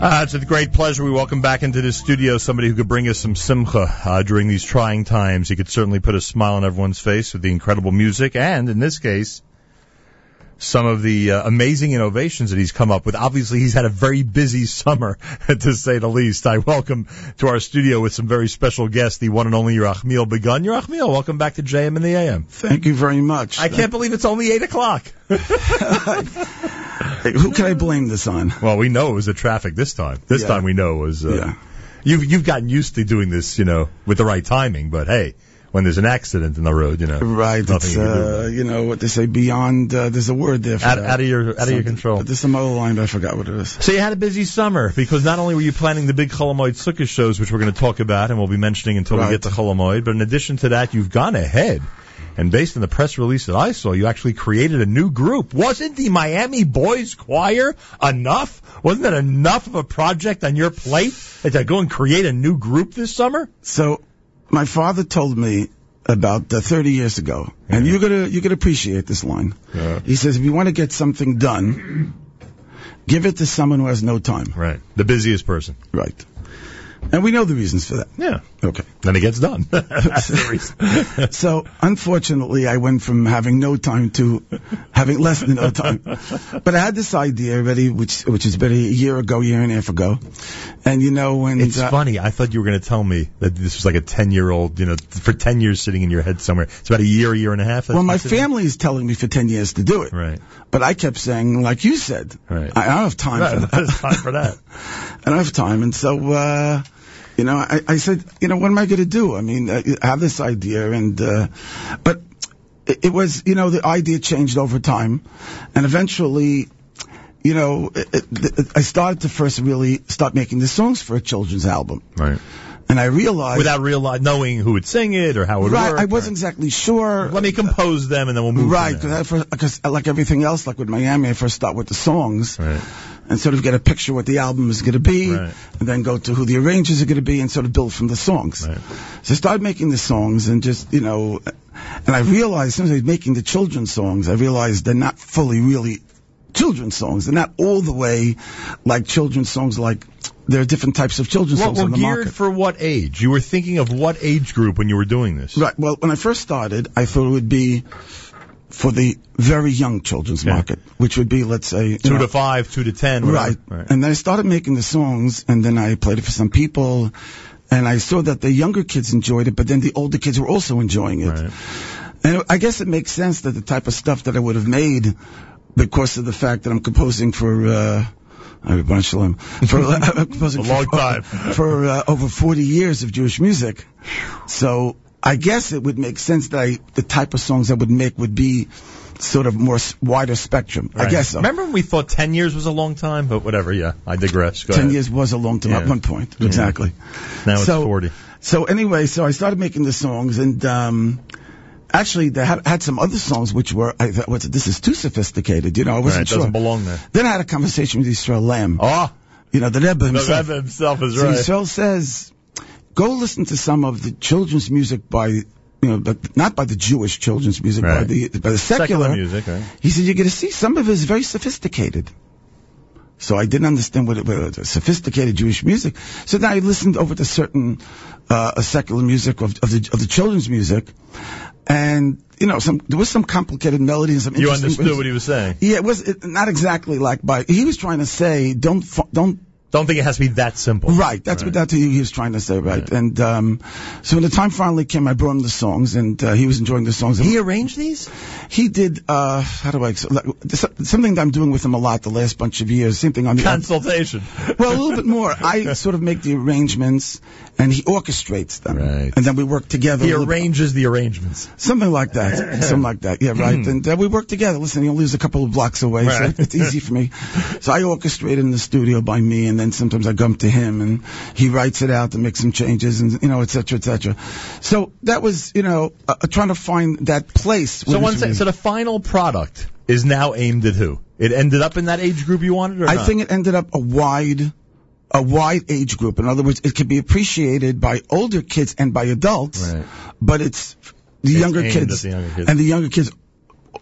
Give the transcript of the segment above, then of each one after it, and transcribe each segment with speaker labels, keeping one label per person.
Speaker 1: Uh, it's a great pleasure. We welcome back into the studio somebody who could bring us some simcha uh, during these trying times. He could certainly put a smile on everyone's face with the incredible music and, in this case, some of the uh, amazing innovations that he's come up with. Obviously, he's had a very busy summer, to say the least. I welcome to our studio with some very special guests, the one and only Yerachmiel Begun. Yerachmiel, welcome back to JM and the AM.
Speaker 2: Thank you very much.
Speaker 1: I can't believe it's only 8 o'clock.
Speaker 2: Who can I blame this on?
Speaker 1: Well, we know it was the traffic this time. This
Speaker 2: Yeah.
Speaker 1: time we know it was. Uh,
Speaker 2: Yeah.
Speaker 1: You've you've gotten used to doing this, you know, with the right timing. But hey, when there's an accident in the road, you know,
Speaker 2: Right.
Speaker 1: nothing
Speaker 2: It's,
Speaker 1: you can do.
Speaker 2: uh, you know what they say beyond. Uh, there's a word there for
Speaker 1: out,
Speaker 2: that.
Speaker 1: out of your out of your
Speaker 2: Something.
Speaker 1: control.
Speaker 2: But there's some other line, but I forgot what it is.
Speaker 1: So you had a busy summer because not only were you planning the big Cholamoid Sukkah shows, which we're going to talk about and we'll be mentioning until
Speaker 2: Right.
Speaker 1: we get to Cholamoid, but in addition to that, you've gone ahead. And based on the press release that I saw, you actually created a new group. Wasn't the Miami Boys Choir enough? Wasn't that enough of a project on your plate that to go and create a new group this summer?
Speaker 2: So, my father told me about uh, 30 years ago, and you're gonna you could appreciate this line. He says, if you want to get something done, give it to someone who has no time.
Speaker 1: Right. The busiest person.
Speaker 2: Right. And we know the reasons for that.
Speaker 1: Yeah.
Speaker 2: Okay.
Speaker 1: Then it gets done. That's the reason.
Speaker 2: So unfortunately, I went from having no time to having less than no time. But I had this idea already, which which is about a year ago, year and a half ago. And you know when uh,
Speaker 1: It's funny. I thought you were going to tell me that this was like a ten-year-old, you know, for ten years sitting in your head somewhere. It's about a year, year and a half.
Speaker 2: well, my family is telling me for ten years to do it,
Speaker 1: Right.
Speaker 2: but I kept saying, like you said,
Speaker 1: Right.
Speaker 2: I, I don't have time for
Speaker 1: Right,
Speaker 2: that.
Speaker 1: It's time for that.
Speaker 2: I don't have time. And so, uh, you know, I, I said, you know, what am I going to do? I mean, I I have this idea and, uh, but it, it was, you know, the idea changed over time and eventually, you know, it, it, it- I started to first really start making the songs for a children's album.
Speaker 1: Right.
Speaker 2: And I realized
Speaker 1: Without reali knowing who would sing it or how it would
Speaker 2: right,
Speaker 1: work.
Speaker 2: I wasn't exactly sure.
Speaker 1: Right. Let me compose them and then we'll move.
Speaker 2: Right,
Speaker 1: From there.
Speaker 2: because like everything else, like with Miami, I first start with the songs
Speaker 1: Right.
Speaker 2: and sort of get a picture what the album is going to be,
Speaker 1: Right.
Speaker 2: and then go to who the arrangers are going to be, and sort of build from the songs.
Speaker 1: Right.
Speaker 2: So I started making the songs, and just you know, and I realized as soon as I was making the children's songs, I realized they're not fully really children's songs. They're not all the way like children's songs. Like there are different types of children's
Speaker 1: What
Speaker 2: songs
Speaker 1: were
Speaker 2: on the
Speaker 1: geared
Speaker 2: market.
Speaker 1: for what age? You were thinking of what age group when you were doing this?
Speaker 2: Right. Well, when I first started, I thought it would be for the very young children's
Speaker 1: Yeah.
Speaker 2: market, which would be, let's say, you
Speaker 1: Two
Speaker 2: know,
Speaker 1: to five, two to ten. whatever.
Speaker 2: right. And then I started making the songs, and then I played it for some people, and I saw that the younger kids enjoyed it, but then the older kids were also enjoying it.
Speaker 1: Right.
Speaker 2: And I guess it makes sense that the type of stuff that I would have made, because of the fact that I'm composing for. Uh, I mean, Shalom. For, uh, I'm composing
Speaker 1: A long
Speaker 2: for,
Speaker 1: time.
Speaker 2: for uh, over 40 years of Jewish music. So I guess it would make sense that I, the type of songs I would make would be sort of more s- wider spectrum. I
Speaker 1: Right.
Speaker 2: guess so.
Speaker 1: Remember when we thought ten years was a long time? But whatever. Yeah, I digress. Go
Speaker 2: 10
Speaker 1: ahead.
Speaker 2: years was a long time
Speaker 1: Yeah.
Speaker 2: at one point. Exactly.
Speaker 1: Now it's
Speaker 2: So-
Speaker 1: forty.
Speaker 2: So anyway, so I started making the songs and, um, actually they had, had some other songs which were, I thought, what's, this is too sophisticated. You know, I
Speaker 1: Right,
Speaker 2: wasn't
Speaker 1: it doesn't
Speaker 2: sure. Ah,
Speaker 1: belong there.
Speaker 2: Then I had a conversation with Israel Lamb.
Speaker 1: Oh,
Speaker 2: You know, the Rebbe
Speaker 1: the
Speaker 2: himself.
Speaker 1: Rebbe himself is
Speaker 2: So
Speaker 1: right.
Speaker 2: Yisrael says, go listen to some of the children's music by, you know, but not by the Jewish children's music, by
Speaker 1: Right.
Speaker 2: the by the secular.
Speaker 1: music, right?
Speaker 2: He said, you're going to see some of it is very sophisticated. So I didn't understand what it was, sophisticated Jewish music. So then I listened over to certain uh, uh, secular music of, of the of the children's music, and you know, some there was some complicated melodies. Some
Speaker 1: You
Speaker 2: interesting-
Speaker 1: understood what he was saying.
Speaker 2: Yeah, it was it, not exactly like by he was trying to say don't fo- don't
Speaker 1: Don't think it has to be that simple.
Speaker 2: Right. That's what that's what he was trying to say, right? And um, so when the time finally came, I brought him the songs, and uh, he was enjoying the songs. He,
Speaker 1: arranged these?
Speaker 2: he did uh, how do I ex- like, so- something that I'm doing with him a lot the last bunch of years. Same thing on the
Speaker 1: Consultation.
Speaker 2: well, a little bit more. I sort of make the arrangements, and he orchestrates them,
Speaker 1: Right.
Speaker 2: and then we work together.
Speaker 1: He
Speaker 2: a little bit.
Speaker 1: arranges the arrangements.
Speaker 2: Something like that. Something like that. Yeah, right. and uh, we work together. Listen, he only lives a couple of blocks away, so
Speaker 1: Hmm. Right.
Speaker 2: it's easy for me. So I orchestrate it in the studio by me, and then sometimes I come to him, and he writes it out and makes some changes, and you know, et cetera, et cetera. So that was, you know, uh, uh, trying to find that place.
Speaker 1: So
Speaker 2: where
Speaker 1: one
Speaker 2: this
Speaker 1: sec-
Speaker 2: would
Speaker 1: so the final product is now aimed at who? It ended up in that age group you wanted, or
Speaker 2: I
Speaker 1: not?
Speaker 2: think it ended up a wide, a wide age group. In other words, it can be appreciated by older kids and by adults,
Speaker 1: Right.
Speaker 2: but it's the younger
Speaker 1: aimed
Speaker 2: kids,
Speaker 1: at the younger kids.
Speaker 2: and the younger kids.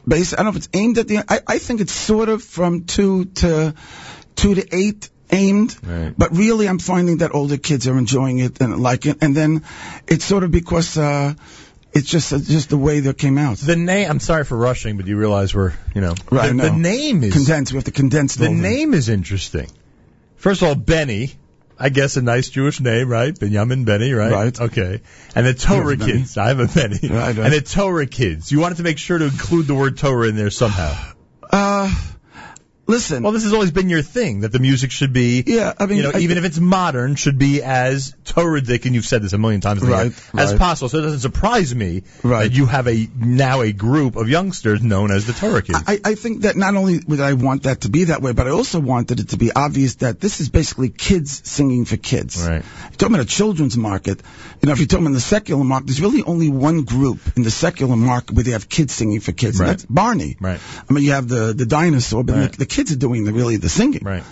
Speaker 2: Basically, I don't know if it's aimed at the. I, I think it's sort of from two to two to eight. aimed.
Speaker 1: Right.
Speaker 2: But really, I'm finding that older kids are enjoying it and like it. And then it's sort of because uh, it's just it's just the way that came out.
Speaker 1: The name. I'm sorry for rushing, but you realize we're you know
Speaker 2: Right,
Speaker 1: the,
Speaker 2: I
Speaker 1: the
Speaker 2: know.
Speaker 1: name is
Speaker 2: Condensed. We have to condense it
Speaker 1: the
Speaker 2: all in.
Speaker 1: name is interesting. First of all, Benny. I guess a nice Jewish name, right? Benjamin Benny, right?
Speaker 2: Right.
Speaker 1: Okay. And the Torah
Speaker 2: There's Benny.
Speaker 1: kids. I have a Benny.
Speaker 2: Right, right.
Speaker 1: And the Torah kids. You wanted to make sure to include the word Torah in there somehow.
Speaker 2: Uh, listen.
Speaker 1: Well, this has always been your thing that the music should be,
Speaker 2: Yeah, I mean,
Speaker 1: you know,
Speaker 2: I-
Speaker 1: even if it's modern, should be as Toradic, and you've said this a million times, Leah,
Speaker 2: Right,
Speaker 1: as
Speaker 2: right.
Speaker 1: possible. So it doesn't surprise me
Speaker 2: Right.
Speaker 1: that you have a now a group of youngsters known as the Torah kids.
Speaker 2: I, I think that not only would I want that to be that way, but I also wanted it to be obvious that this is basically kids singing for kids.
Speaker 1: Right.
Speaker 2: You're talking about a children's market. You know, if you're talking about the secular market, there's really only one group in the secular market where they have kids singing for kids,
Speaker 1: Right.
Speaker 2: and that's Barney.
Speaker 1: Right.
Speaker 2: I mean, you have the, the dinosaur, but
Speaker 1: Right.
Speaker 2: the, the kids are doing the, really the singing.
Speaker 1: right.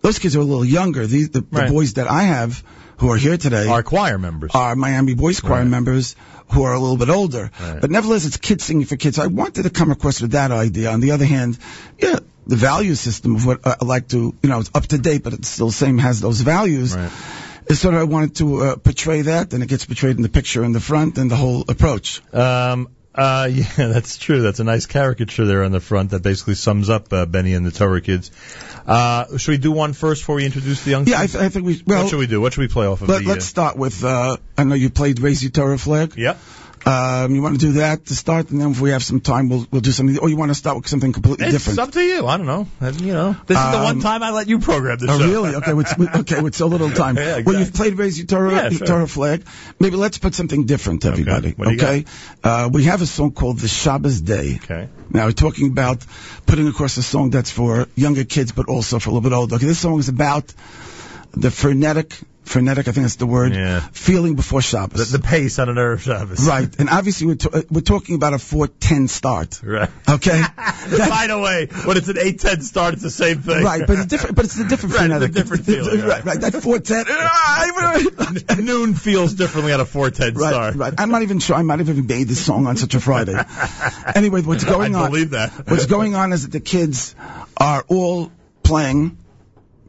Speaker 2: Those kids are a little younger. These, the,
Speaker 1: Right.
Speaker 2: the boys that I have who are here today
Speaker 1: Our choir members.
Speaker 2: are Miami Boys Choir
Speaker 1: Right.
Speaker 2: members who are a little bit older.
Speaker 1: Right.
Speaker 2: But nevertheless, it's kids singing for kids. I wanted to come across with that idea. On the other hand, yeah, the value system of what I I like to, you know, it's up to date, but it's still the same, has those values.
Speaker 1: Right.
Speaker 2: It's sort of, I wanted to uh, portray that, and it gets portrayed in the picture in the front and the whole approach.
Speaker 1: Um, uh, yeah, that's true. That's a nice caricature there on the front that basically sums up uh, Benny and the Torah kids. Uh, should we do one first before we introduce the youngsters?
Speaker 2: Yeah, I, th- I think we, well,
Speaker 1: what should we do? What should we play off of?
Speaker 2: let,
Speaker 1: the,
Speaker 2: us start with, uh, I know you played Raise Your Torah Flag.
Speaker 1: Uh, yeah.
Speaker 2: Um, you want to do that to start, and then if we have some time, we'll, we'll do something, or you want to start with something completely
Speaker 1: It's
Speaker 2: different?
Speaker 1: up to you. I don't know. Uh, You know, this is the one
Speaker 2: Um,
Speaker 1: time I let you program this
Speaker 2: Oh,
Speaker 1: show.
Speaker 2: really? Okay, with, with- okay, with so little time.
Speaker 1: Yeah, exactly.
Speaker 2: Well, you've played Raise Your Torah,
Speaker 1: Yeah, sure.
Speaker 2: Your Torah Flag. Maybe let's put something different, everybody.
Speaker 1: What do you
Speaker 2: Uh, we have a song called The Shabbos Day.
Speaker 1: Okay.
Speaker 2: Now, we're talking about putting across a song that's for younger kids, but also for a little bit older. Okay, this song is about the frenetic, frenetic, I think that's the word,
Speaker 1: Yeah.
Speaker 2: feeling before Shabbos.
Speaker 1: The, the pace on an Erev Shabbos.
Speaker 2: right. And obviously, we're, to- uh, we're talking about a 410 start.
Speaker 1: Right.
Speaker 2: Okay?
Speaker 1: By the way, when it's an 8-10 start, it's the same thing.
Speaker 2: Right, but it's different. But it's the different
Speaker 1: Right, it's a
Speaker 2: frenetic.
Speaker 1: different feeling,
Speaker 2: right, right. That four ten. Ah,
Speaker 1: Noon feels differently on a 4-10
Speaker 2: Right,
Speaker 1: start.
Speaker 2: right. I'm not even sure. I might have even made this song on such a Friday. anyway, what's going
Speaker 1: I
Speaker 2: on?
Speaker 1: believe that.
Speaker 2: What's going on is that the kids are all playing.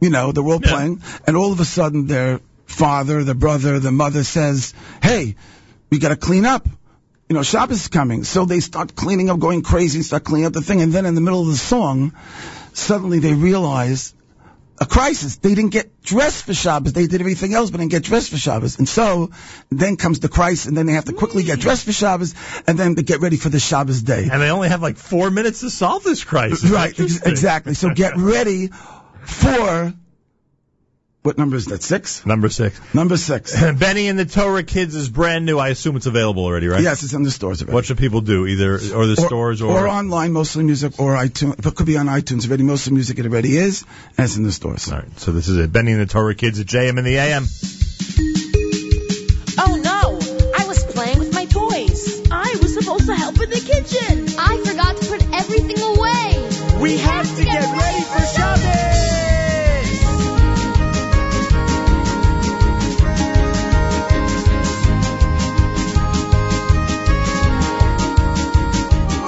Speaker 2: You know, they're all
Speaker 1: Yeah.
Speaker 2: playing, and all of a sudden, their father, their brother, their mother says, "Hey, we got to clean up." You know, Shabbos is coming, so they start cleaning up, going crazy, start cleaning up the thing, and then in the middle of the song, suddenly they realize a crisis. They didn't get dressed for Shabbos. They did everything else, but didn't get dressed for Shabbos. And so, then comes the crisis, and then they have to quickly get dressed for Shabbos, and then to get ready for the Shabbos day.
Speaker 1: And they only have like four minutes to solve this crisis.
Speaker 2: Right, ex-
Speaker 1: Interesting.
Speaker 2: exactly. So get ready for, what number is that? Six?
Speaker 1: Number six.
Speaker 2: Number six.
Speaker 1: Benny and the Torah Kids is brand new. I assume it's available already, right?
Speaker 2: Yes, it's in the stores already.
Speaker 1: What should people do? Either, or the stores, or...
Speaker 2: online, mostly music, or iTunes. But it could be on iTunes already. Mostly music, it already is, and it's in the stores.
Speaker 1: All right, so this is it. Benny and the Torah Kids at JM and the AM.
Speaker 3: Oh no! I was playing with my toys. I was supposed to help in the kitchen.
Speaker 4: I forgot to put everything away.
Speaker 5: We have to get ready for Shabbos!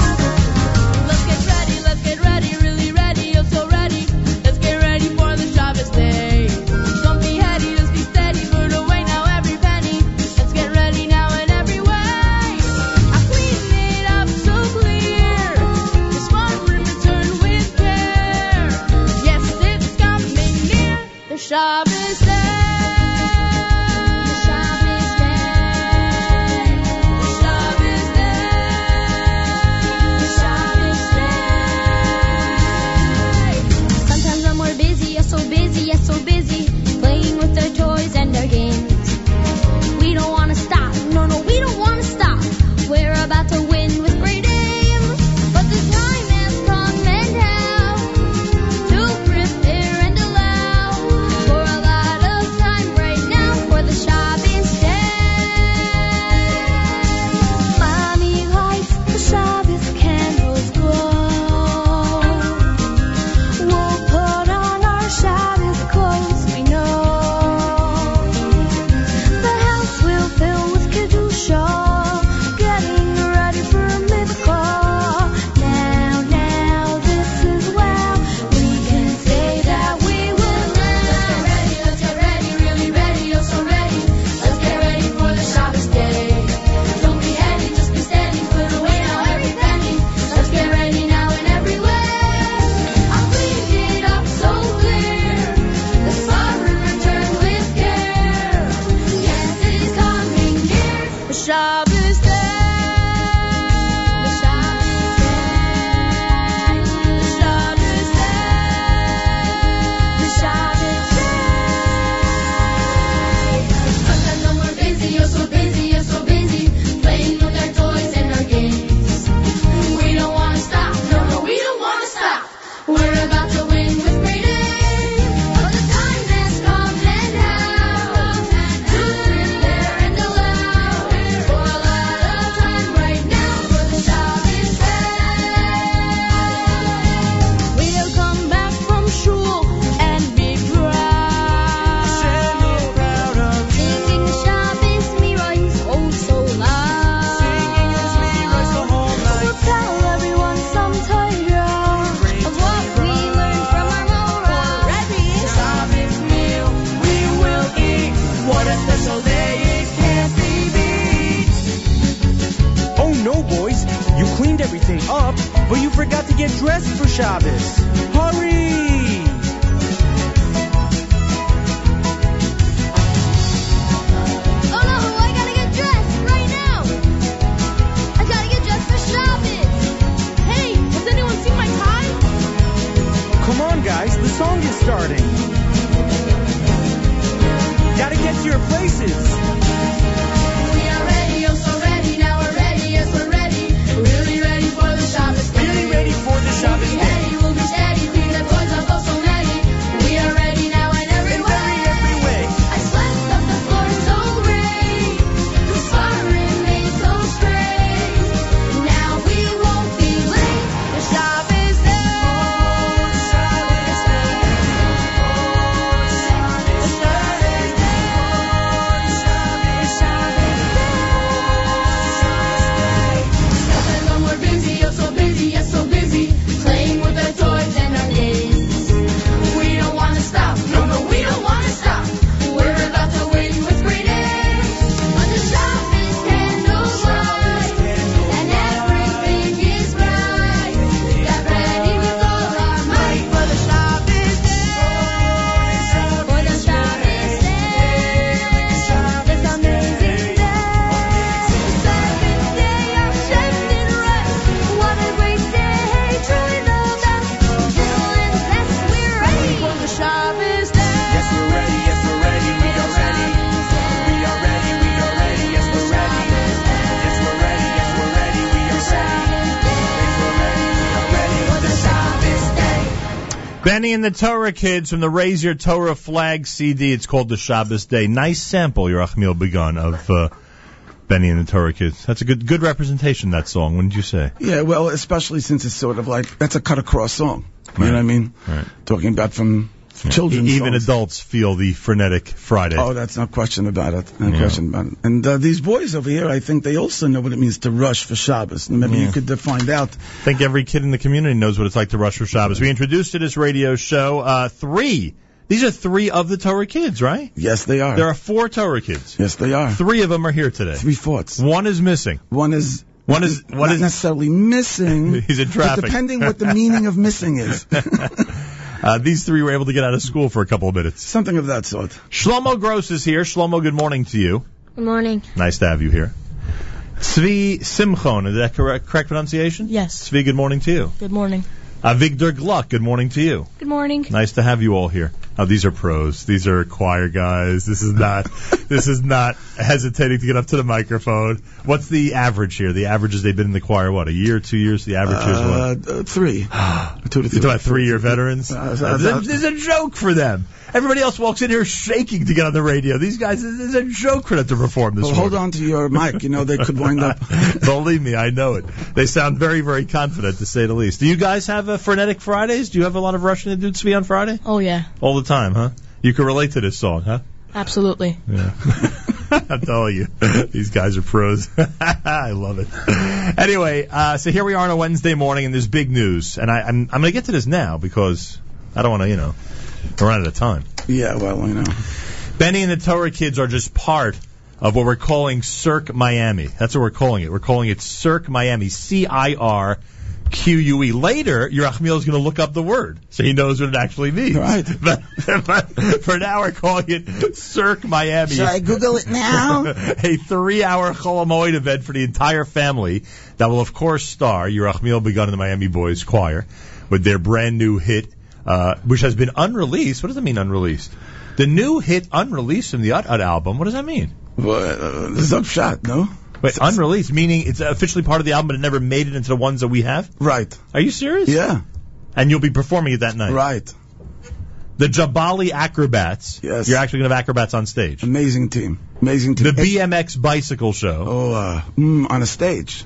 Speaker 3: Let's get ready, let's get ready, really ready, I'm so ready. Let's get ready for the Shabbos day. Don't be heady, just be steady, put away now every penny. Let's get ready now in every way. I clean it up so clear. This one room is turned with care. Yes, it's coming near, the Shabbos day. The Shabbos day. The Shabbos day. The Shabbos day.
Speaker 4: Sometimes I'm more busy, yes, so busy, yes, so busy, playing with our toys and our games. We don't want to stop, no, no, we don't want to stop. We're about to win with great aim. But the time has come and now to prepare and allow for a lot of
Speaker 3: oh,
Speaker 5: Oh, dressed for Shabbos. Hurry!
Speaker 4: Oh no, I gotta get dressed right now. I gotta get dressed for Shabbos. Hey, has anyone seen my tie?
Speaker 5: Come on, guys, the song is starting. Gotta get to your places.
Speaker 3: We are ready, oh so ready, now we're ready, yes we're ready. We're really ready for the Shabbos day.
Speaker 5: Really ready for the Shabbos
Speaker 3: We'll be
Speaker 5: day.
Speaker 3: heady, we'll be steady, clean the toys up, oh so many. We are ready now in every
Speaker 5: In
Speaker 3: way.
Speaker 5: every, every way.
Speaker 3: I slept up the floor so great, the sovereign made so straight. Now we won't be late. The Shabbos day. Seven when we're busy, oh so busy, yes so busy, playing with our toys and our games. We don't wanna stop, no, no, we don't wanna stop. We're about to win with great aim. On the shop is candlelight, and everything is right. Get ready with all our might for the shop is there. For the shop is there. This amazing day.
Speaker 5: Yes, we're ready. Yes, we're ready. We are ready. We are ready. We are ready. Yes, we're ready. Yes, we're ready. Yes, we're ready. We are ready. Yes, we're ready. We are ready. For the Shabbos day.
Speaker 1: Benny and the Torah Kids from the Raise Your Torah Flag CD. It's called the Shabbos Day. Nice sample, Yerachmiel Begun, of uh, Benny and the Torah Kids. That's a good good representation. That song, wouldn't you say?
Speaker 2: Yeah, well, especially since it's sort of like that's a cut across song. You know what I mean?
Speaker 1: Right. E-,
Speaker 2: Talking about from children's
Speaker 1: Even
Speaker 2: songs.
Speaker 1: adults feel the frenetic Friday.
Speaker 2: Oh, that's no question about it. No
Speaker 1: Yeah.
Speaker 2: question about it. And uh, these boys over here, I think they also know what it means to rush for Shabbos. Maybe
Speaker 1: Yeah.
Speaker 2: you could uh, find out.
Speaker 1: I think every kid in the community knows what it's like to rush for Shabbos. We introduced to this radio show uh, three. These are three of the Torah Kids, right?
Speaker 2: Yes, they are.
Speaker 1: There are four Torah Kids.
Speaker 2: yes, they are.
Speaker 1: Three of them are here today.
Speaker 2: Three fourths.
Speaker 1: One is missing.
Speaker 2: One is.
Speaker 1: One is- one
Speaker 2: not
Speaker 1: is-
Speaker 2: necessarily missing.
Speaker 1: He's in
Speaker 2: but
Speaker 1: traffic.
Speaker 2: depending what the meaning of missing is,
Speaker 1: Uh, these three were able to get out of school for a couple of minutes.
Speaker 2: something of that sort.
Speaker 1: Shlomo Gross is here. Shlomo, good morning to you.
Speaker 4: Good morning.
Speaker 1: Nice to have you here. Svi Simchon, is that correct, correct pronunciation?
Speaker 6: Yes.
Speaker 1: Svi, good morning to you.
Speaker 6: Good morning.
Speaker 1: Uh, Victor Gluck, good morning to you.
Speaker 4: Good morning.
Speaker 1: Nice to have you all here. Oh, these are pros. These are choir guys. This is not. this is not hesitating to get up to the microphone. What's the average here? The average is they've been in the choir what a year, two years. The average is what?
Speaker 2: Uh, uh, three. Two to
Speaker 1: You're
Speaker 2: three.
Speaker 1: talking about three-year veterans.
Speaker 2: Uh, uh, uh,
Speaker 1: This is a joke for them. Everybody else walks in here shaking to get on the radio. These guys, this is a joke for them to perform this.
Speaker 2: Well, hold
Speaker 1: morning.
Speaker 2: on to your mic. You know they could wind up.
Speaker 1: Believe me, I know it. They sound very, very confident, to say the least. Do you guys have uh frenetic Fridays? Do you have a lot of rushing to do tzvi on Friday?
Speaker 6: Oh yeah,
Speaker 1: All the time, huh? You can relate to this song, huh?
Speaker 6: absolutely.
Speaker 1: Yeah. I'm telling you, these guys are pros. I love it. Anyway, uh, so here we are on a Wednesday morning, and there's big news. And I, I'm, I'm going to get to this now because I don't want to, you know, run out of time.
Speaker 2: Yeah, well, you know.
Speaker 1: Benny and the Torah kids are just part of what we're calling Cirque Miami. That's what we're calling it. We're calling it Cirque Miami. C I R Q U E. Later, Yerachmiel is going to look up the word so he knows what it actually means.
Speaker 2: Right.
Speaker 1: But, but for now, we're calling it Cirque Miami. Should I Google it now? A three hour Holomoid event for the entire family that will, of course, star Yerachmiel Begun and the Miami Boys Choir with their brand new hit, uh, which has been unreleased. What does it mean, unreleased? The new hit unreleased from the Ut Ut album. What does that mean?
Speaker 2: Well, uh, this is upshot, no?
Speaker 1: Wait, unreleased meaning it's officially part of the album, but it never made it into the ones that we have.
Speaker 2: Right.
Speaker 1: Are you serious?
Speaker 2: Yeah.
Speaker 1: And you'll be performing it that night.
Speaker 2: Right.
Speaker 1: The Jabali Acrobats.
Speaker 2: Yes.
Speaker 1: You're actually going to have acrobats on stage.
Speaker 2: Amazing team. Amazing team.
Speaker 1: The
Speaker 2: It-
Speaker 1: BMX bicycle show.
Speaker 2: Oh, uh, mm, on a stage.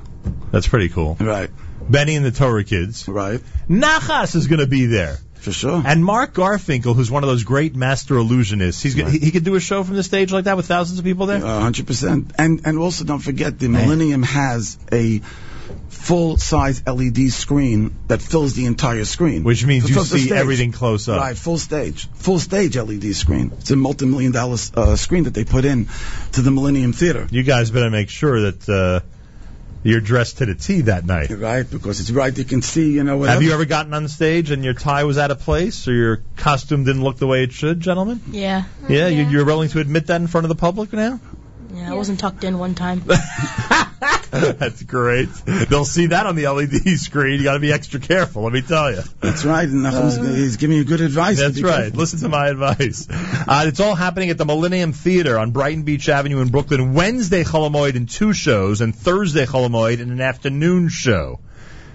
Speaker 1: That's pretty cool.
Speaker 2: Right.
Speaker 1: Benny and the Torah Kids.
Speaker 2: Right.
Speaker 1: Nachas is going to be there.
Speaker 2: For sure.
Speaker 1: And Mark Garfinkel, who's one of those great master illusionists, he's gonna, he, he could do a show from the stage like that with thousands of people there.
Speaker 2: Uh, hundred percent. And and also don't forget the Millennium has a full size LED screen that fills the entire screen,
Speaker 1: Which means
Speaker 2: It
Speaker 1: you
Speaker 2: fills the
Speaker 1: see
Speaker 2: stage.
Speaker 1: everything close up.
Speaker 2: Right, full stage, full stage LED screen. It's a multi-million dollar uh, screen that they put in to the Millennium Theater.
Speaker 1: You guys better make sure that uh, You're dressed to the T that night.
Speaker 2: Right, because it's right. You can see, you know.
Speaker 1: Have
Speaker 2: Whatever.
Speaker 1: you ever gotten on stage and your tie was out of place or your costume didn't look the way it should, gentlemen?
Speaker 6: Yeah.
Speaker 1: Yeah, you- you're willing to admit that in front of the public now?
Speaker 6: Yeah, I wasn't tucked in one time.
Speaker 1: That's great. They'll see that on the LED screen. You got to be extra careful, let me tell you.
Speaker 2: That's right. And Nachum's, he's giving you good advice.
Speaker 1: That's
Speaker 2: Be
Speaker 1: right.
Speaker 2: careful.
Speaker 1: Listen to my advice. Uh, it's all happening at the Millennium Theater on Brighton Beach Avenue in Brooklyn. Wednesday Holomoid in two shows, and Thursday Holomoid in an afternoon show.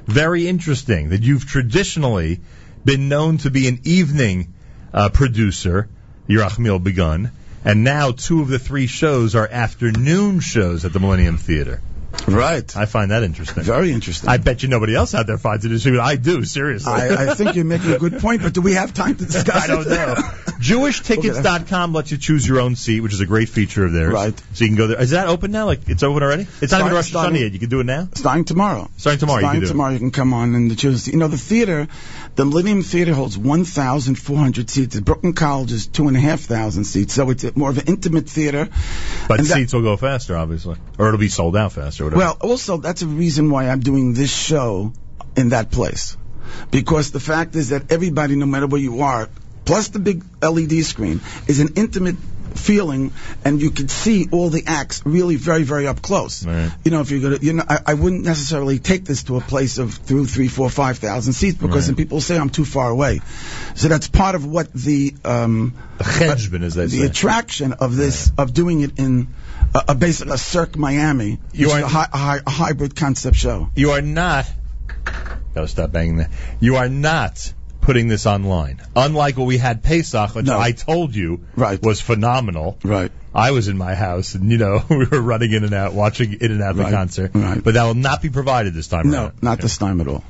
Speaker 1: Very interesting that you've traditionally been known to be an evening uh, producer, Yerachmiel Begun, and now two of the three shows are afternoon shows at the Millennium Theater.
Speaker 2: Right.
Speaker 1: I find that interesting.
Speaker 2: Very interesting.
Speaker 1: I bet you nobody else out there finds it interesting, but I do, seriously.
Speaker 2: I, I think you're making a good point, but do we have time to discuss
Speaker 1: I don't
Speaker 2: it?
Speaker 1: know. JewishTickets.com lets you choose your own seat, which is a great feature of theirs.
Speaker 2: Right.
Speaker 1: So you can go there. Is that open now? Like it's open already? It's not even
Speaker 2: Starting-
Speaker 1: Rosh Hashanah
Speaker 2: starting-
Speaker 1: yet. You can do it now.
Speaker 2: Starting tomorrow.
Speaker 1: Starting tomorrow, you
Speaker 2: Starting
Speaker 1: can do
Speaker 2: tomorrow, you can come on and choose. You know, the theater, the Millennium Theater holds 1,400 seats. The Brooklyn College is 2,500 seats. So it's more of an intimate theater.
Speaker 1: it. But
Speaker 2: And that-
Speaker 1: seats will go faster, obviously, or it'll be sold out faster. Whatever.
Speaker 2: Well, also, that's a reason why I'm doing this show in that place. Because the fact is that everybody, no matter where you are, plus the big LED screen, is an intimate feeling and you can see all the acts really very very up close
Speaker 1: Right.
Speaker 2: you know if you're gonna you know I, I wouldn't necessarily take this to a place of through three four five thousand seats because
Speaker 1: Right.
Speaker 2: then people say i'm too far away so that's part of what the um
Speaker 1: Cheshbon, as they
Speaker 2: the
Speaker 1: say.
Speaker 2: attraction of this of doing it in a, a basic a Cirque Miami,
Speaker 1: You
Speaker 2: which
Speaker 1: are-
Speaker 2: is a, hy- a, hy- a hybrid concept show.
Speaker 1: you are not. Gotta stop banging that. You are not putting this online. Unlike what we had Pesach, which
Speaker 2: No.
Speaker 1: I told you
Speaker 2: Right.
Speaker 1: was phenomenal.
Speaker 2: Right.
Speaker 1: I was in my house, and you know we were running in and out, watching in and out the
Speaker 2: Right.
Speaker 1: concert.
Speaker 2: Right.
Speaker 1: But that will not be provided this time
Speaker 2: No,
Speaker 1: around.
Speaker 2: not this time at all.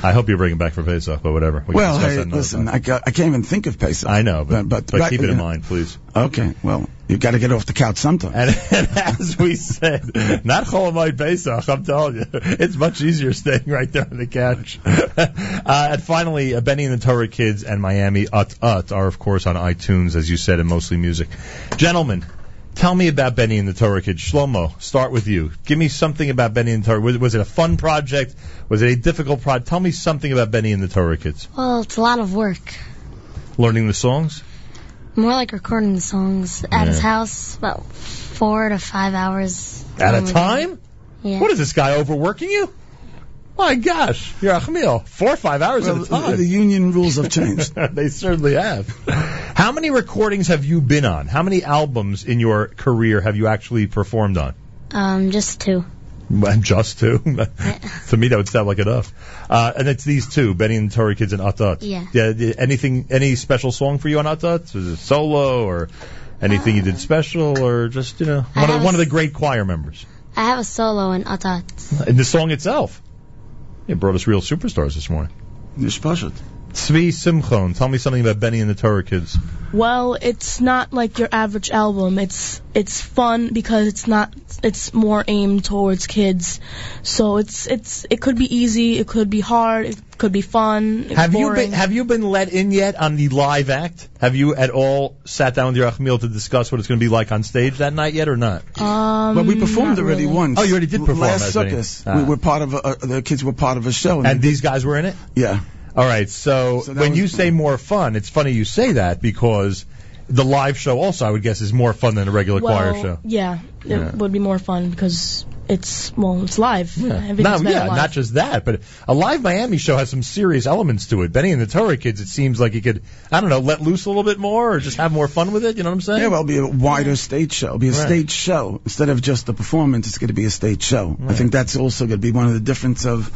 Speaker 1: I hope you bring it back for Pesach, but whatever. We can
Speaker 2: Well,
Speaker 1: discuss
Speaker 2: hey,
Speaker 1: that another
Speaker 2: listen,
Speaker 1: time.
Speaker 2: I, ca- I can't even think of Pesach.
Speaker 1: I know, but, but,
Speaker 2: right,
Speaker 1: keep it
Speaker 2: you
Speaker 1: in
Speaker 2: know-
Speaker 1: mind, please.
Speaker 2: Okay, well, you got to get off the couch sometime.
Speaker 1: And, and as we said, not Cholomite Pesach, I'm telling you. It's much easier staying right there on the couch. uh, and finally, uh, Benny and the Torah Kids and Miami Ut Ut are, of course, on iTunes, as you said, and mostly music. Gentlemen, tell me about Benny and the Torah Kids. Shlomo, start with you. Give me something about Benny and the Torah. Was, was it a fun project? Was it a difficult project? Tell me something about Benny and the Torah Kids.
Speaker 4: Well, it's a lot of work.
Speaker 1: Learning the songs?
Speaker 4: More like recording the songs at his
Speaker 1: Yeah.
Speaker 4: house, about four to five hours.
Speaker 1: At
Speaker 4: Um,
Speaker 1: a time?
Speaker 4: Yeah.
Speaker 1: What is this guy overworking you? My gosh, you're a meal. Four or five hours at
Speaker 2: Well,
Speaker 1: a
Speaker 2: uh, the
Speaker 1: time.
Speaker 2: union rules have changed.
Speaker 1: they certainly have. How many recordings have you been on? How many albums in your career have you actually performed on?
Speaker 4: Um, just two.
Speaker 1: Well, Just two. to me, that would sound like enough. Uh, and it's these two, Benny and the Tory Kids and Uttut.
Speaker 4: Yeah.
Speaker 1: yeah. d- Anything, any special song for you on Uttut? Was it solo or anything you did special or just, you know,
Speaker 4: I
Speaker 1: one of,
Speaker 4: have
Speaker 1: one of
Speaker 4: a
Speaker 1: the
Speaker 4: s-
Speaker 1: great choir members?
Speaker 4: I have a solo in Atat.
Speaker 1: And Uh, the song itself. It brought us real superstars this morning.
Speaker 2: You're special.
Speaker 1: Svi Simchon, tell me something about Benny and the Torah Kids.
Speaker 6: well, it's not like your average album. It's it's fun because it's not it's more aimed towards kids. So it's it's it could be easy, it could be hard, it could be fun. it's
Speaker 1: Have you
Speaker 6: boring.
Speaker 1: been have you been let in yet on the live act? Have you at all sat down with your Achmil to discuss what it's going to be like on stage that night yet or not?
Speaker 6: um
Speaker 2: But we performed
Speaker 6: not
Speaker 2: already
Speaker 6: really.
Speaker 2: once.
Speaker 1: Oh, you already did perform
Speaker 2: Last
Speaker 1: at Benny.
Speaker 2: circus,
Speaker 1: Ah.
Speaker 2: we were part of a, uh, the kids were part of a show.
Speaker 1: And these guys were in it.
Speaker 2: yeah,
Speaker 1: All right. So,
Speaker 2: So that
Speaker 1: when
Speaker 2: was-
Speaker 1: you say more fun, it's funny you say that because the live show also I would guess is more fun than a regular choir
Speaker 6: Well,
Speaker 1: show.
Speaker 6: Yeah, it
Speaker 1: Yeah.
Speaker 6: would be more fun because it's well, it's live. Everything's
Speaker 1: Uh, Not,
Speaker 6: better
Speaker 1: yeah,
Speaker 6: live.
Speaker 1: not just that, but a live Miami show has some serious elements to it. Benny and the Torah Kids, it seems like you could, I don't know, let loose a little bit more or just have more fun with it. You know what I'm saying?
Speaker 2: yeah. Well, it'll be a wider stage show. It'll be a
Speaker 1: Right.
Speaker 2: stage show instead of just a performance. It's going to be a stage show. I think that's also going to be one of the difference of.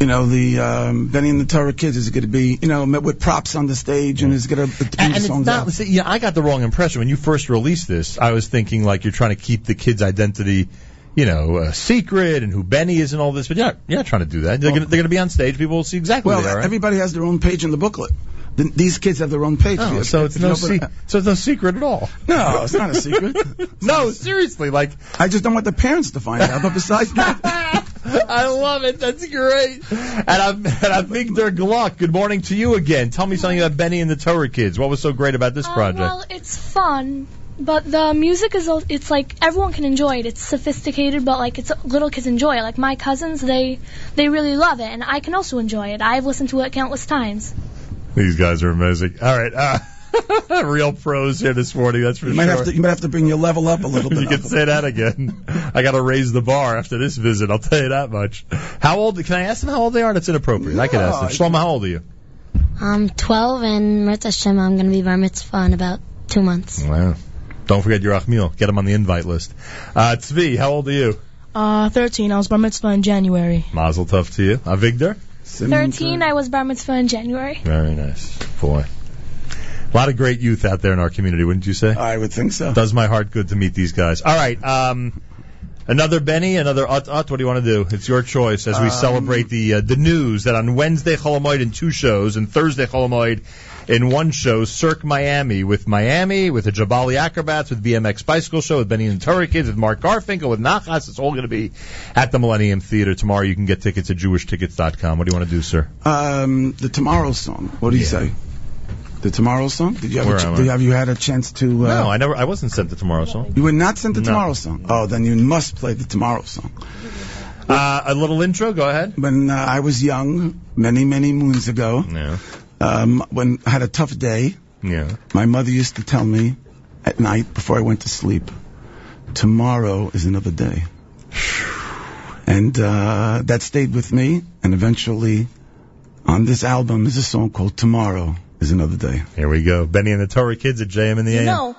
Speaker 2: You know the um, Benny and the Torah Kids is going to be, you know, met with props on the stage, and it's going to bring
Speaker 1: And,
Speaker 2: the
Speaker 1: and it's
Speaker 2: songs
Speaker 1: not.
Speaker 2: out.
Speaker 1: See, yeah, I got the wrong impression when you first released this. I was thinking like you're trying to keep the kid's identity, you know, uh, secret and who Benny is and all this. But you're not, you're not trying to do that. They're
Speaker 2: Well-
Speaker 1: gonna they're gonna be on stage. People will see exactly
Speaker 2: Well,
Speaker 1: who they are.
Speaker 2: everybody has their own page in the booklet. Th these kids have their own page. If
Speaker 1: Oh,
Speaker 2: you-
Speaker 1: so it's
Speaker 2: if you
Speaker 1: no
Speaker 2: open it-
Speaker 1: se- so it's no secret at all.
Speaker 2: No, it's not a secret.
Speaker 1: No, seriously, like
Speaker 2: I just don't want the parents to find out. But besides that,
Speaker 1: I love it. That's great. And I'm and I'm Victor Gluck. Good morning to you again. Tell me something about Benny and the Torah Kids. What was so great about this
Speaker 7: Uh,
Speaker 1: project?
Speaker 7: well, it's fun. but the music is a- it's like everyone can enjoy it. It's sophisticated, but like it's little kids enjoy it. Like my cousins, they they really love it, and I can also enjoy it. I've listened to it countless times.
Speaker 1: These guys are amazing. All right. Uh, real pros here this morning, that's for
Speaker 2: You
Speaker 1: sure.
Speaker 2: might have to you might have to bring your level up a little bit.
Speaker 1: you can say that again. I got to raise the bar after this visit. I'll tell you that much. How old? Can I ask them how old they are? That's inappropriate. I can ask them.
Speaker 2: No.
Speaker 1: Shlomo, how old are you?
Speaker 3: I'm 12, and Mirz Hashem, I'm going to be bar mitzvah in about two months.
Speaker 1: Wow. Don't forget your Achmil. Get him on the invite list. Uh, Tzvi, how old are you?
Speaker 8: Uh, 13. I was bar mitzvah in January.
Speaker 1: Mazel tov to you. Avigdor?
Speaker 7: Thirteen, I was bar mitzvah in January.
Speaker 1: Very nice. Boy. A lot of great youth out there in our community, wouldn't you say?
Speaker 2: I would think so.
Speaker 1: Does my heart good to meet these guys. All right. Um, another Benny, another Ut Ut. What do you want to do? It's your choice as we
Speaker 2: Um,
Speaker 1: celebrate the uh, the news that on Wednesday Holomoid in two shows and Thursday Holomoid in one show, Cirque Miami with Miami, with the Jabali Acrobats, with BMX Bicycle Show, with Benny and the Turrican, with Mark Garfinkel, with Nachas. It's all going to be at the Millennium Theater tomorrow. You can get tickets at jewishtickets.com. What do you want to do, sir?
Speaker 2: Um, the Tomorrow song. What do you
Speaker 1: Yeah.
Speaker 2: say? The Tomorrow song? Did you have,
Speaker 1: Where
Speaker 2: a ch-
Speaker 1: am I?
Speaker 2: did you, have you had a chance to? Uh,
Speaker 1: No, I never. I wasn't sent to tomorrow, so.
Speaker 2: you were not sent the
Speaker 1: No.
Speaker 2: Tomorrow song. Oh, then you must play the Tomorrow song.
Speaker 1: Uh, a little intro. Go ahead.
Speaker 2: When uh, I was young, many many moons ago,
Speaker 1: Yeah.
Speaker 2: um, when I had a tough day,
Speaker 1: Yeah.
Speaker 2: my mother used to tell me at night before I went to sleep, "Tomorrow is another day," and uh, that stayed with me. And eventually, on this album is a song called "Tomorrow Is Another Day."
Speaker 1: Here we go. Benny and the Torah Kids at JM in the AM.
Speaker 9: No,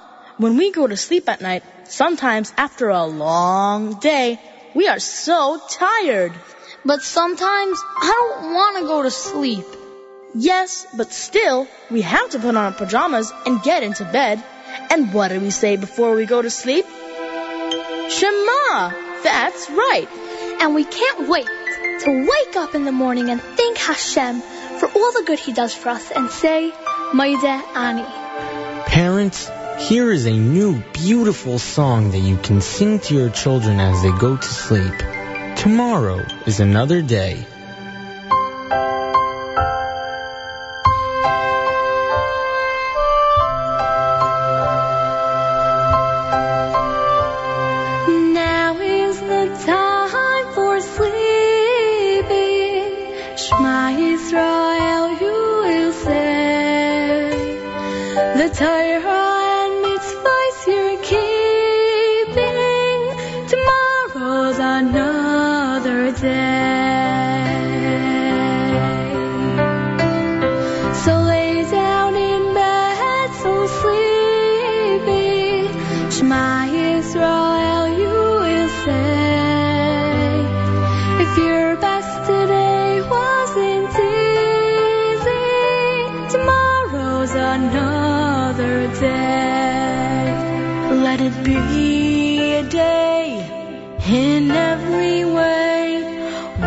Speaker 9: when we go to sleep at night, sometimes after a long day, we are so tired.
Speaker 3: But sometimes I don't want to go to sleep.
Speaker 9: Yes, but still, we have to put on our pajamas and get into bed. And what do we say before we go to sleep? Shema! That's right.
Speaker 7: And we can't wait to wake up in the morning and thank Hashem for all the good He does for us and say, Maida Ani.
Speaker 10: Parents, here is a new beautiful song that you can sing to your children as they go to sleep. Tomorrow is another day.
Speaker 3: Now is the time for sleeping. Shema Israel, you will say. The Torah and mitzvahs you're keeping. Tomorrow's another day. So lay down in bed, so sleepy. Shema Israel, you will say. If your best today wasn't easy, tomorrow's another day. Let it be a day in every way,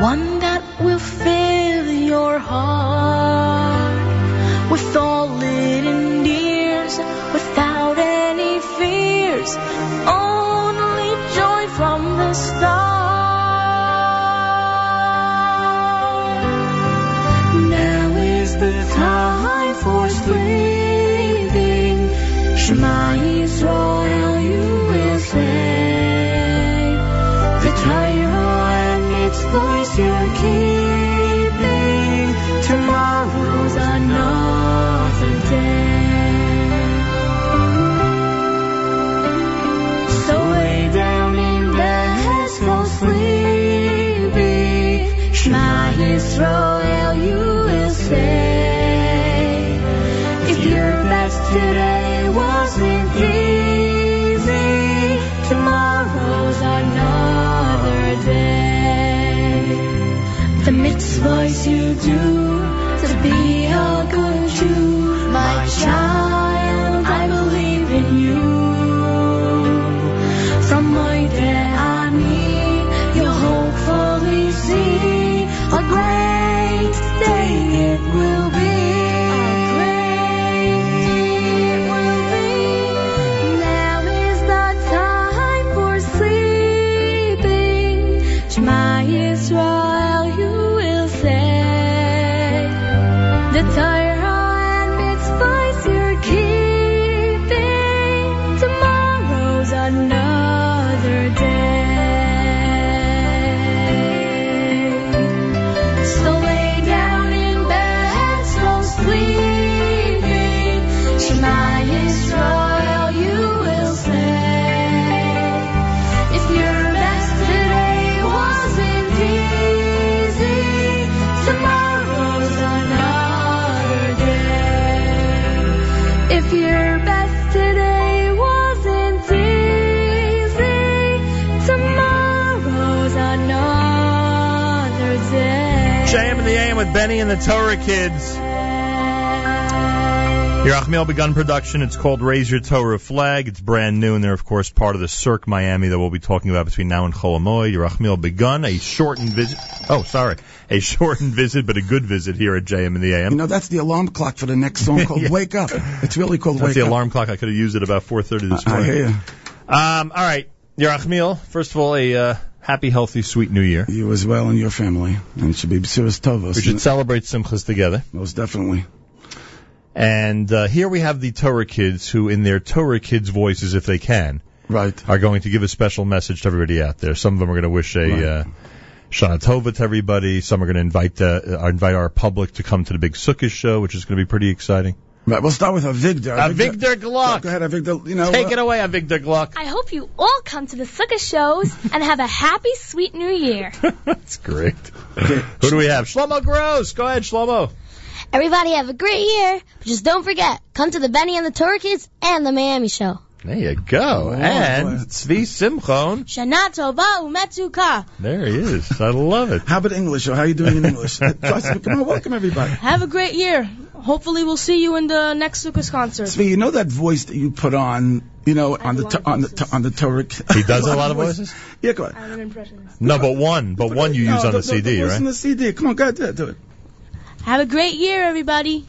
Speaker 3: one that will fill your heart with all it endears, without any fears, only joy from the start. Now is the time for sleeping. Shema Israel, you will say. The Torah and its voice you're keeping. Tomorrow's another day. So lay down in bed, so sleepy. Shema Israel, you will say. If your best today wasn't easy, tomorrow's another day. The mitzvahs you do to be a good Jew, my child, I believe in you. From my Ani, you'll hopefully see a great day it will be. Now is the time for sleeping. Shema Israel, you will say. The Torah
Speaker 11: finest royal you will say. If your best today wasn't easy, tomorrow's another day. If your best today wasn't easy, tomorrow's another day.
Speaker 1: JM in the AM with Benny and the Torah Kids. Your Achmiel Begun production. It's called Raise Your Torah Flag. It's brand new, and they're of course part of the Cirque Miami that we'll be talking about between now and Cholamoy. Your Achmiel Begun, a shortened visit. Oh, sorry, a shortened visit, but a good visit here at JM in the AM.
Speaker 2: You know, that's the alarm clock for the next song called
Speaker 1: Yeah.
Speaker 2: Wake Up. It's really called
Speaker 1: That's
Speaker 2: Wake
Speaker 1: the
Speaker 2: Up.
Speaker 1: alarm clock. I could have used it about 4:30 this
Speaker 2: I
Speaker 1: morning.
Speaker 2: hear you.
Speaker 1: Um, all right, Your Achmiel. First of all, a uh, happy, healthy, sweet New Year.
Speaker 2: You as well and your family. And it should be serious Tovos.
Speaker 1: We should celebrate Simchas together.
Speaker 2: Most definitely.
Speaker 1: And uh, here we have the Torah kids who, in their Torah kids' voices, if they can,
Speaker 2: Right.
Speaker 1: are going to give a special message to everybody out there. Some of them are going to wish a
Speaker 2: Right.
Speaker 1: uh, Shana Tova to everybody. Some are going to invite uh, uh, invite our public to come to the big Sukkot show, which is going to be pretty exciting.
Speaker 2: Right. We'll start with Avigdor.
Speaker 1: Avigdor Gluck,
Speaker 2: Go ahead, Avigdor. You know,
Speaker 1: take
Speaker 2: uh,
Speaker 1: it away, Avigdor Gluck.
Speaker 7: I hope you all come to the Sukkah shows and have a happy, sweet new year.
Speaker 1: That's great. who do we have? Shlomo Gross. Go ahead, Shlomo.
Speaker 4: Everybody have a great year, but just don't forget, come to the Benny and the Torah Kids and the Miami Show.
Speaker 1: There you go. and
Speaker 2: boy.
Speaker 1: Svi Simchon.
Speaker 9: Shana Tova Umetsuka.
Speaker 1: There he is. I love it.
Speaker 2: How about English? Or how are you doing in English? Twice- Come on, welcome everybody.
Speaker 9: Have a great year. Hopefully, we'll see you in the next Lucas concert.
Speaker 2: Svi, you know that voice that you put on, you know, on the,
Speaker 9: do a lot of
Speaker 2: to- on the
Speaker 9: voices.
Speaker 2: to- on the Torah.
Speaker 1: He does a lot of voices.
Speaker 2: Yeah, go on.
Speaker 9: I have an impression.
Speaker 1: No, but one, but one you
Speaker 2: No,
Speaker 1: use on
Speaker 2: the,
Speaker 1: the CD,
Speaker 2: the voice on
Speaker 1: right?
Speaker 2: the CD. Come on, go ahead, do it, do it.
Speaker 9: Have a great year, everybody.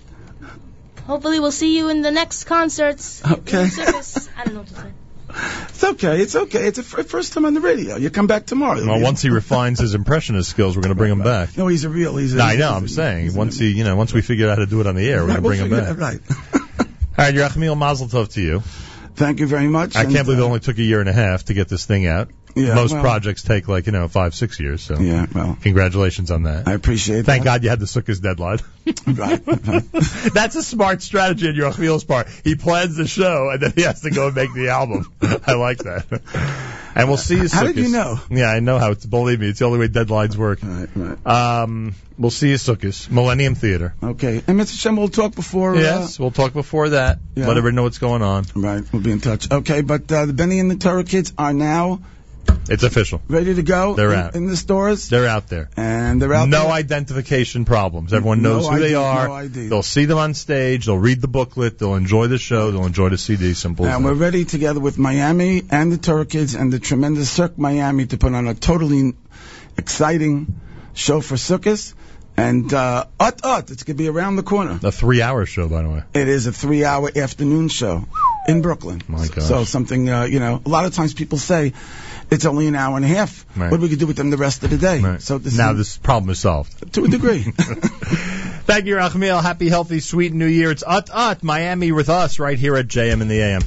Speaker 9: Hopefully, we'll see you in the next concerts.
Speaker 2: Okay.
Speaker 9: Circus. I don't know what to say.
Speaker 2: It's okay. It's okay. It's a fir- first time on the radio. You come back tomorrow.
Speaker 1: Well, once he refines his impressionist skills, we're going to bring him back.
Speaker 2: No, he's a real. He's a,
Speaker 1: No, I know.
Speaker 2: he's a-
Speaker 1: I'm saying
Speaker 2: he's a-
Speaker 1: once he, you know, once we figure out how to do it on the air, we're
Speaker 2: Right,
Speaker 1: going to
Speaker 2: we'll
Speaker 1: bring him
Speaker 2: figure
Speaker 1: back.
Speaker 2: it out, Right.
Speaker 1: All right, Yerachmiel Mazel Tov to you.
Speaker 2: Thank you very much.
Speaker 1: I
Speaker 2: and,
Speaker 1: can't believe it
Speaker 2: uh,
Speaker 1: only took a year and a half to get this thing out.
Speaker 2: yeah,
Speaker 1: Most
Speaker 2: well,
Speaker 1: projects take like you know five, six years. So
Speaker 2: Yeah. Well,
Speaker 1: congratulations on that.
Speaker 2: I appreciate.
Speaker 1: Thank
Speaker 2: that.
Speaker 1: God you had the Sukkah's deadline.
Speaker 2: Right. right.
Speaker 1: That's a smart strategy on Yoachimil's part. He plans the show and then he has to go and make the album. I like that. And we'll see you.
Speaker 2: How did
Speaker 1: Sukkahs.
Speaker 2: you know?
Speaker 1: Yeah, I know how. It's, believe me, it's the only way deadlines work.
Speaker 2: Right, right.
Speaker 1: Um, we'll see you, Sukkot, Millennium Theater.
Speaker 2: Okay. And Mr. Shem, we'll talk before. uh,
Speaker 1: Yes, we'll talk before that.
Speaker 2: Yeah.
Speaker 1: Let everyone know what's going on.
Speaker 2: Uh, right. We'll be in touch. Okay. But uh, the Benny and the Torah kids are now
Speaker 1: It's official.
Speaker 2: ready to go.
Speaker 1: They're
Speaker 2: in,
Speaker 1: out.
Speaker 2: in the stores.
Speaker 1: They're out there.
Speaker 2: and they're out.
Speaker 1: no
Speaker 2: there.
Speaker 1: identification problems. Everyone
Speaker 2: No
Speaker 1: knows who they
Speaker 2: ID,
Speaker 1: are.
Speaker 2: no ID.
Speaker 1: They'll see them on stage. They'll read the booklet. They'll enjoy the show. They'll enjoy the CD. Simple. as
Speaker 2: And we're
Speaker 1: that.
Speaker 2: ready together with Miami and the Torah Kids and the tremendous Cirque Miami to put on a totally exciting show for Circus. And uh, ut ut, it's going to be around the corner.
Speaker 1: A three-hour show, by the way.
Speaker 2: It is a three-hour afternoon show in Brooklyn.
Speaker 1: My gosh.
Speaker 2: So something, uh, you know, a lot of times people say it's only an hour and a half.
Speaker 1: Right.
Speaker 2: What do we could do with them the rest of the day?
Speaker 1: Right.
Speaker 2: So this
Speaker 1: now
Speaker 2: is,
Speaker 1: this problem is solved.
Speaker 2: to a degree.
Speaker 1: Thank you, Achmiel. Happy, healthy, sweet New Year. It's Ut Ut Miami with us right here at JM in the AM.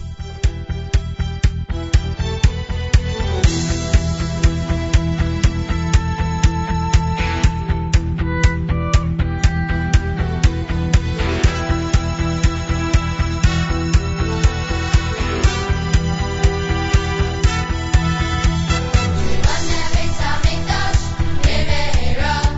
Speaker 11: Thank you.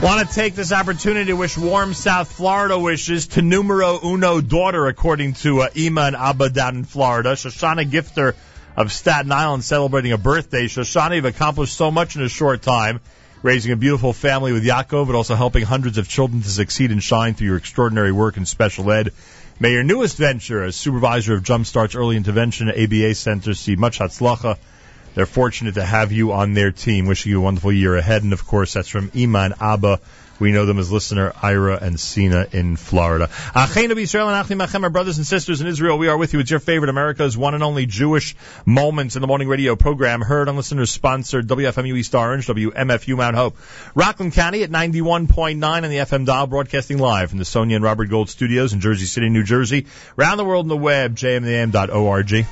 Speaker 1: Want to take this opportunity to wish warm South Florida wishes to numero uno daughter, according to uh, Ema and Abba down in Florida. Shoshana Gifter of Staten Island celebrating a birthday. Shoshana, you've accomplished so much in a short time, raising a beautiful family with Yaakov, but also helping hundreds of children to succeed and shine through your extraordinary work in special ed. May your newest venture as supervisor of Jumpstart's early intervention at ABA Center see much hatzlacha they're fortunate to have you on their team. Wishing you a wonderful year ahead. And of course, that's from Iman Abba. We know them as listener Ira and Sina in Florida. Achenu Israel and Achim Achem, our brothers and sisters in Israel, we are with you. It's your favorite America's one and only Jewish Moments in the Morning Radio program, heard on listeners sponsored WFMU East Orange, WMFU Mount Hope, Rockland County at 91.9 on the FM dial, broadcasting live from the Sonia and Robert Gold Studios in Jersey City, New Jersey. Round the world in the web, jmam.org.